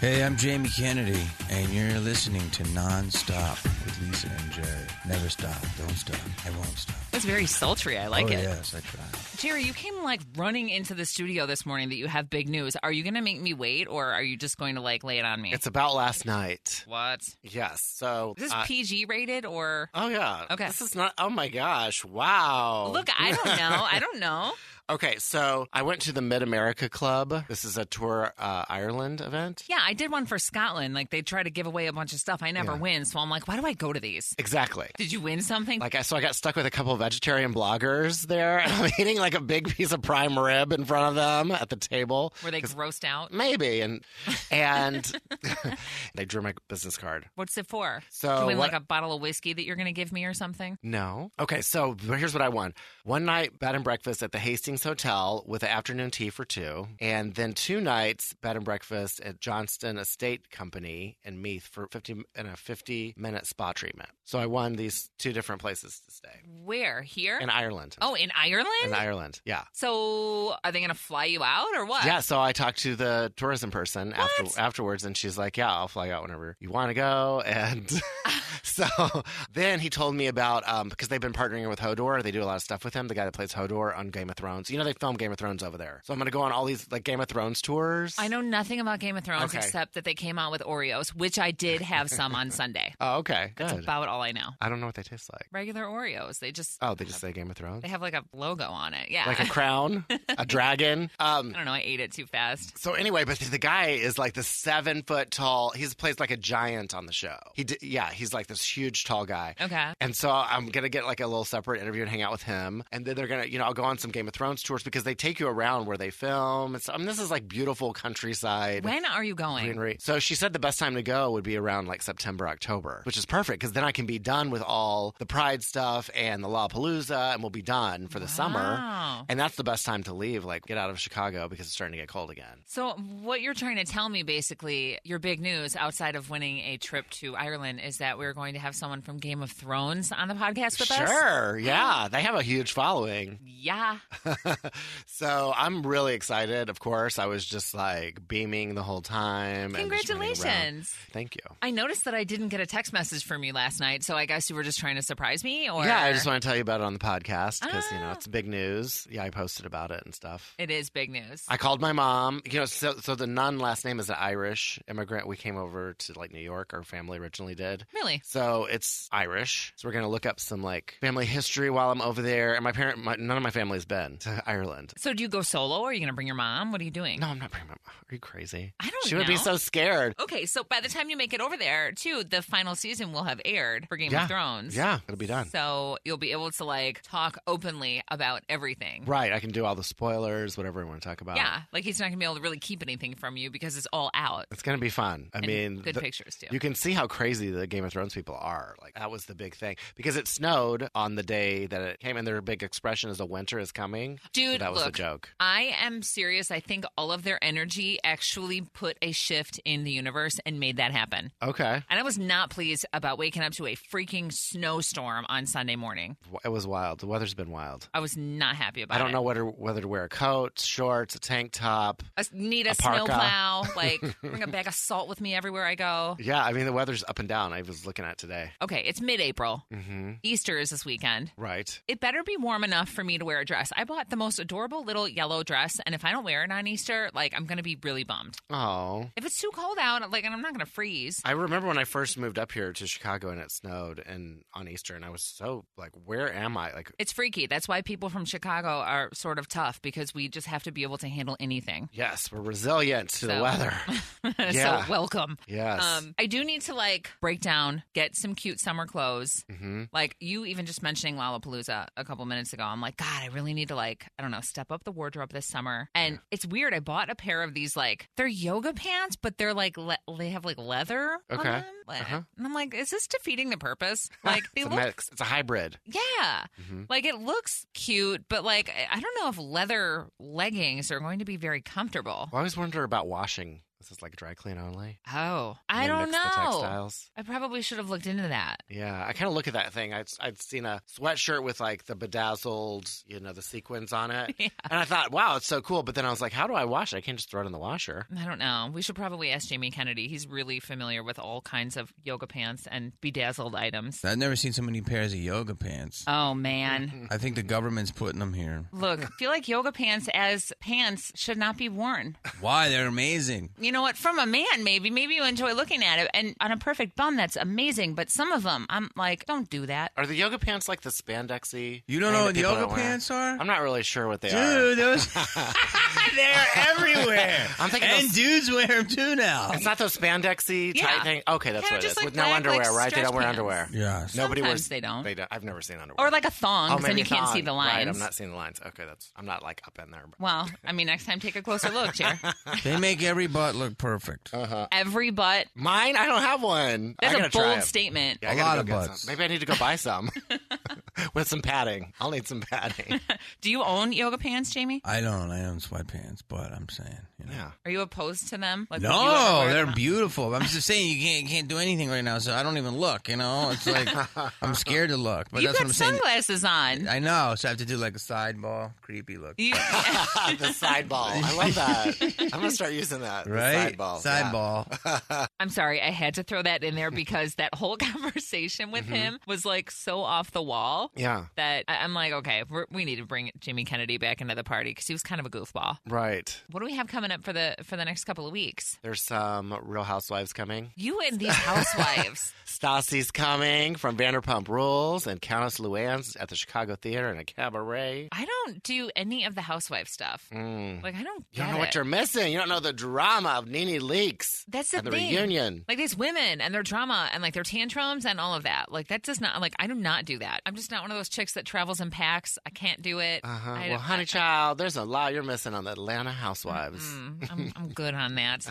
Hey, I'm Jamie Kennedy, and you're listening to Nonstop with Lisa and Jerry. Never stop, don't stop, I won't stop. That's very sultry. I like oh, it. yes, I try. Jerry, you came like running into the studio this morning that you have big news. Are you going to make me wait or are you just going to like lay it on me? It's about last night. what? Yes. So Is this uh, PG rated or? Oh yeah. Okay. This is not. Oh my gosh. Wow. Look, I don't know. I don't know. okay. So I went to the Mid America Club. This is a tour uh, Ireland event. Yeah, I did one for Scotland. Like they try to give away a bunch of stuff. I never win. So I'm like, why do I go to these? Exactly. Did you win something? Like I, so I got stuck with a couple of vegetarian bloggers there, and I'm eating like a big piece of prime rib in front of them at the table. Were they grossed out? Maybe and and they drew my business card. What's it for? So Do you win what- like a bottle of whiskey that you're going to give me or something? No. Okay, so here's what I won. One night bed and breakfast at the Hastings Hotel with an afternoon tea for two, and then two nights bed and breakfast at Johnston Estate Company in Meath for 50 and a 50 minute spa treatment. So I won these two different places to stay Where? Here? in Ireland. oh, in Ireland? in Ireland. Yeah. so are they going to fly you out or what? Yeah, so I talked to the tourism person after, What? afterwards, and she's like, "Yeah, I'll fly out whenever you want to go." And so then he told me about um, because they've been partnering with Hodor. They do a lot of stuff with him. The guy that plays Hodor on Game of Thrones. You know, they film Game of Thrones over there. So I'm going to go on all these like Game of Thrones tours. I know nothing about Game of Thrones Okay. except that they came out with Oreos, which I did have some on Sunday. Oh, okay, That's good. about all I know. I don't know what they taste like. Regular Oreos. They just Oh, they just say Game of Thrones, they have like a logo on it. Yeah. like a crown, a dragon. Um, I don't know. I ate it too fast. So anyway, but the guy is like the seven foot tall. He's plays like a giant on the show. He d- yeah, he's like this huge tall guy. Okay. And so I'm gonna get like a little separate interview and hang out with him, and then they're gonna you know I'll go on some Game of Thrones tours because they take you around where they film. And so I mean, this is like beautiful countryside. When are you going? greenery. So she said the best time to go would be around like September, October, which is perfect because then I can be done with all the Pride stuff and the Lollapalooza, and we'll be done for the Wow. summer. And that's the best time to leave, like get out of Chicago because it's starting to get cold again. So what you're trying to tell me basically, your big news outside of winning a trip to Ireland is that we're going to have someone from Game of Thrones on the podcast with us? Sure. Yeah. They have a huge following. Yeah. So I'm really excited. Of course, I was just like beaming the whole time. and just running around. Congratulations. Thank you. I noticed that I didn't get a text message from you last night, so I guess you were just trying to surprise me or Yeah, I just want to tell you about it on the podcast because, you know, Ah. it's big news. Yeah, I posted about it and stuff. It is big news. I called my mom. You know, so, so the nun last name is an Irish immigrant. We came over to like New York. Our family originally did. really? So it's Irish. So we're gonna look up some like family history while I'm over there. And my parent, my, none of my family's been to Ireland. So do you go solo or are you going to bring your mom? What are you doing? No, I'm not bringing my mom. Are you crazy? I don't She would be know. so scared. Okay, so by the time you make it over there, too, the final season will have aired for Game yeah. of Thrones. Yeah, it'll be done. So you'll be able to like talk openly about everything. Right. I can do all the spoilers, whatever I want to talk about. Yeah, like he's not going to be able to really keep anything from you because it's all out. It's going to be fun. I And mean, good the- pictures too. You can see how crazy the Game of Thrones people are. Like that was the big thing because it snowed on the day that it came, and their big expression is "the winter is coming." Dude, So that was look. the joke. I am serious. I think all of their energy actually put a shift in the universe and made that happen. Okay, And I was not pleased about waking up to a freaking snowstorm on Sunday morning. it was wild. The weather's been wild. I was not happy about I it. don't know whether whether to wear a coat, shorts, a tank top. I need a, A parka. snowplow. Like, bring a bag of salt with me everywhere I go. Yeah, I mean the weather's up and down. I was looking at today. Okay, it's mid April. Mm-hmm. Easter is this weekend. Right. It better be warm enough for me to wear a dress. I bought the most adorable little yellow dress, and if I don't wear it on Easter, like, I'm going to be really bummed. Oh. If it's too cold out, like, and I'm not going to freeze. I remember when I first moved up here to Chicago and it snowed and on Easter and I was so like, where am I? Like, It's freaky. That's why people from Chicago are sort of tough because we just have to be able to handle anything. yes, we're resilient to So- the weather. Yeah. so, welcome. Yes. Um, I do need to like break down, get some cute summer clothes. hmm Like you even just mentioning Lollapalooza a couple minutes ago. I'm like, God, I really need to like, I don't know, step up the wardrobe this summer. And it's weird. I bought a pair of these like they're yoga pants, but they're like le- they have like leather. On Okay. them. Like- Uh-huh. And I'm like, is this defeating the purpose? Like they it's, a look mix. It's a hybrid. yeah. Mhm. Like it looks cute, but like I- I don't know if leather leggings are going to be very comfortable. Well, I always wonder about washing This is like dry clean only. Oh, I And then don't mix The know. textiles. I probably should have looked into that. Yeah, I kind of look at that thing. I'd, I'd seen a sweatshirt with like the bedazzled, you know, the sequins on it. Yeah. And I thought, wow, it's so cool. But then I was like, how do I wash it? I can't just throw it in the washer. I don't know. We should probably ask Jamie Kennedy. He's really familiar with all kinds of yoga pants and bedazzled items. I've never seen so many pairs of yoga pants. Uh, Oh man. I think the government's putting them here. Look, I feel like yoga pants as pants should not be worn. Why? They're amazing. You know what? From a man, maybe. Maybe you enjoy looking at it. And on a perfect bum, that's amazing. But some of them, I'm like, don't do that. Are the yoga pants like the spandexy? You don't thing know that what people yoga don't wear? pants are? I'm not really sure what they are. Dude, those they're everywhere. I'm thinking and those- dudes wear them too now. It's not those spandexy Yeah. tight thing. Okay, that's Kinda what it just is. like With no black, underwear, like, right? They don't wear stretch underwear. pants. Yes. Nobody Sometimes wears. they don't. They don't. I've never seen underwear. Or like a thong, oh, because then maybe you can't see thong. the Right, lines. I'm not seeing the lines. Okay, that's. I'm not like up in there. Well, I mean, next time take a closer look, Jer. They make every butt look perfect. Uh. Every butt. Mine, I don't have one. I That's a gotta try bold it. statement. A I gotta lot go of get butts. some. Maybe I need to go buy some with some padding. I'll need some padding. Do you own yoga pants, Jamie? I don't. I own sweatpants, but I'm saying. You know. Yeah. Are you opposed to them? Like, would you ever No, wear they're them? beautiful. I'm just saying you can't can't do anything right now, so I don't even look. You know, it's like I'm scared to look, but you that's got what I'm saying. sunglasses on. I know, so I have to do like a sideball, creepy look. You- the side ball. I love that. I'm gonna start using that. the Right, Side ball. Yeah. Sideball. I'm sorry, I had to throw that in there because that whole conversation Mm-hmm. with him was like so off the wall Yeah. that I- I'm like, okay, we're, we need to bring Jimmy Kennedy back into the party because he was kind of a goofball. Right. What do we have coming up for the for the next couple of weeks? There's some Real Housewives coming. You and these housewives. Stassi's coming from Vanderpump Rules and Countess Luann's at the Chicago Theater and a cabaret. I don't do any of the housewife stuff. Mm. Like I don't. You don't get know it. what you're missing. You don't know the drama of Nene Leaks That's the and the thing. reunion. Like these women and their drama and like their tantrums and all of that. Like that does not like I do not do that. I'm just not one of those chicks that travels in packs. I can't do it. Uh-huh. I Well, don't- honey child, there's a lot you're missing on the Atlanta Housewives. Mm, I'm, I'm good on that.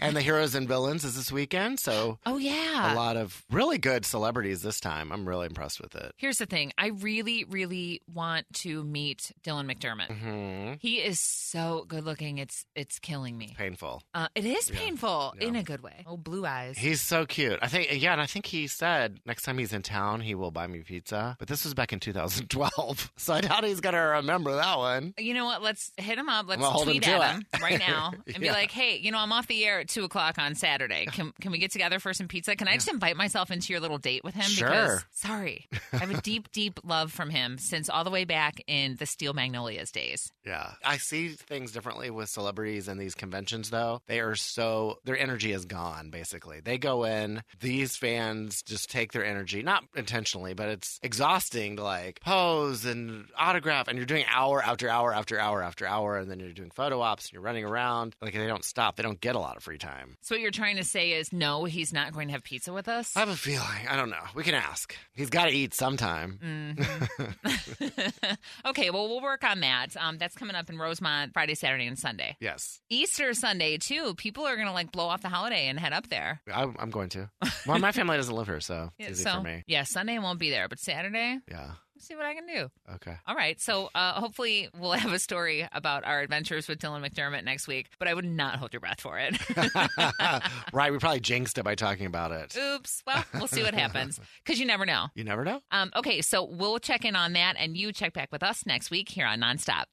And the Heroes and Villains is this weekend, so Oh a yeah. lot of really good celebrities this time. I'm really impressed with it. Here's the thing. I really, really want to meet Dylan McDermott. hmm He is so good looking. It's it's killing me. Painful. Uh, it is Yeah. painful Yeah. in a good way. Oh, blue eyes. He's so cute. I think, yeah, and I think he said next time he's in town, he will buy me pizza. But this was back in 2012, so I doubt he's going to remember that one. you know what? Let's hit him up. Let's Well, hold him tweet to at him it. right now and be Yeah. like, "Hey, you know, I'm off the air at two o'clock on Saturday. Can can we get together for some pizza? Can I just invite myself into your little date with him? Because Sure. sorry, I have a deep, deep love from him since all the way back in the Steel Magnolias days. Yeah. I see things differently with celebrities and these conventions, though. They are so, their energy is gone, basically. They go in, these fans just take their energy, not intentionally, but it's exhausting to like pose and autograph, and you're doing hour after hour after hour after hour, and then you're doing photo ops and you're running around. Like, they don't stop, they don't get a lot of free time. So what you're trying to say is, no, he's not going to have pizza with us. I have a feeling. I don't know. We can ask. He's got to eat sometime. Mm. Mhm. okay, well, we'll work on that. Um, that's coming up in Rosemont Friday, Saturday, and Sunday. Yes. Easter Sunday too. People are going to like blow off the holiday and head up there. I, I'm going to. Well, my family doesn't live here, so it's Yeah, easy so for me. yeah, Sunday won't be there, but Saturday, Yeah. Let's see what I can do. Okay. All right. So uh, hopefully we'll have a story about our adventures with Dylan McDermott next week, but I would not hold your breath for it. right. We probably jinxed it by talking about it. Oops. Well, we'll see what happens because you never know. You never know. Um, okay. So we'll check in on that and you check back with us next week here on Nonstop.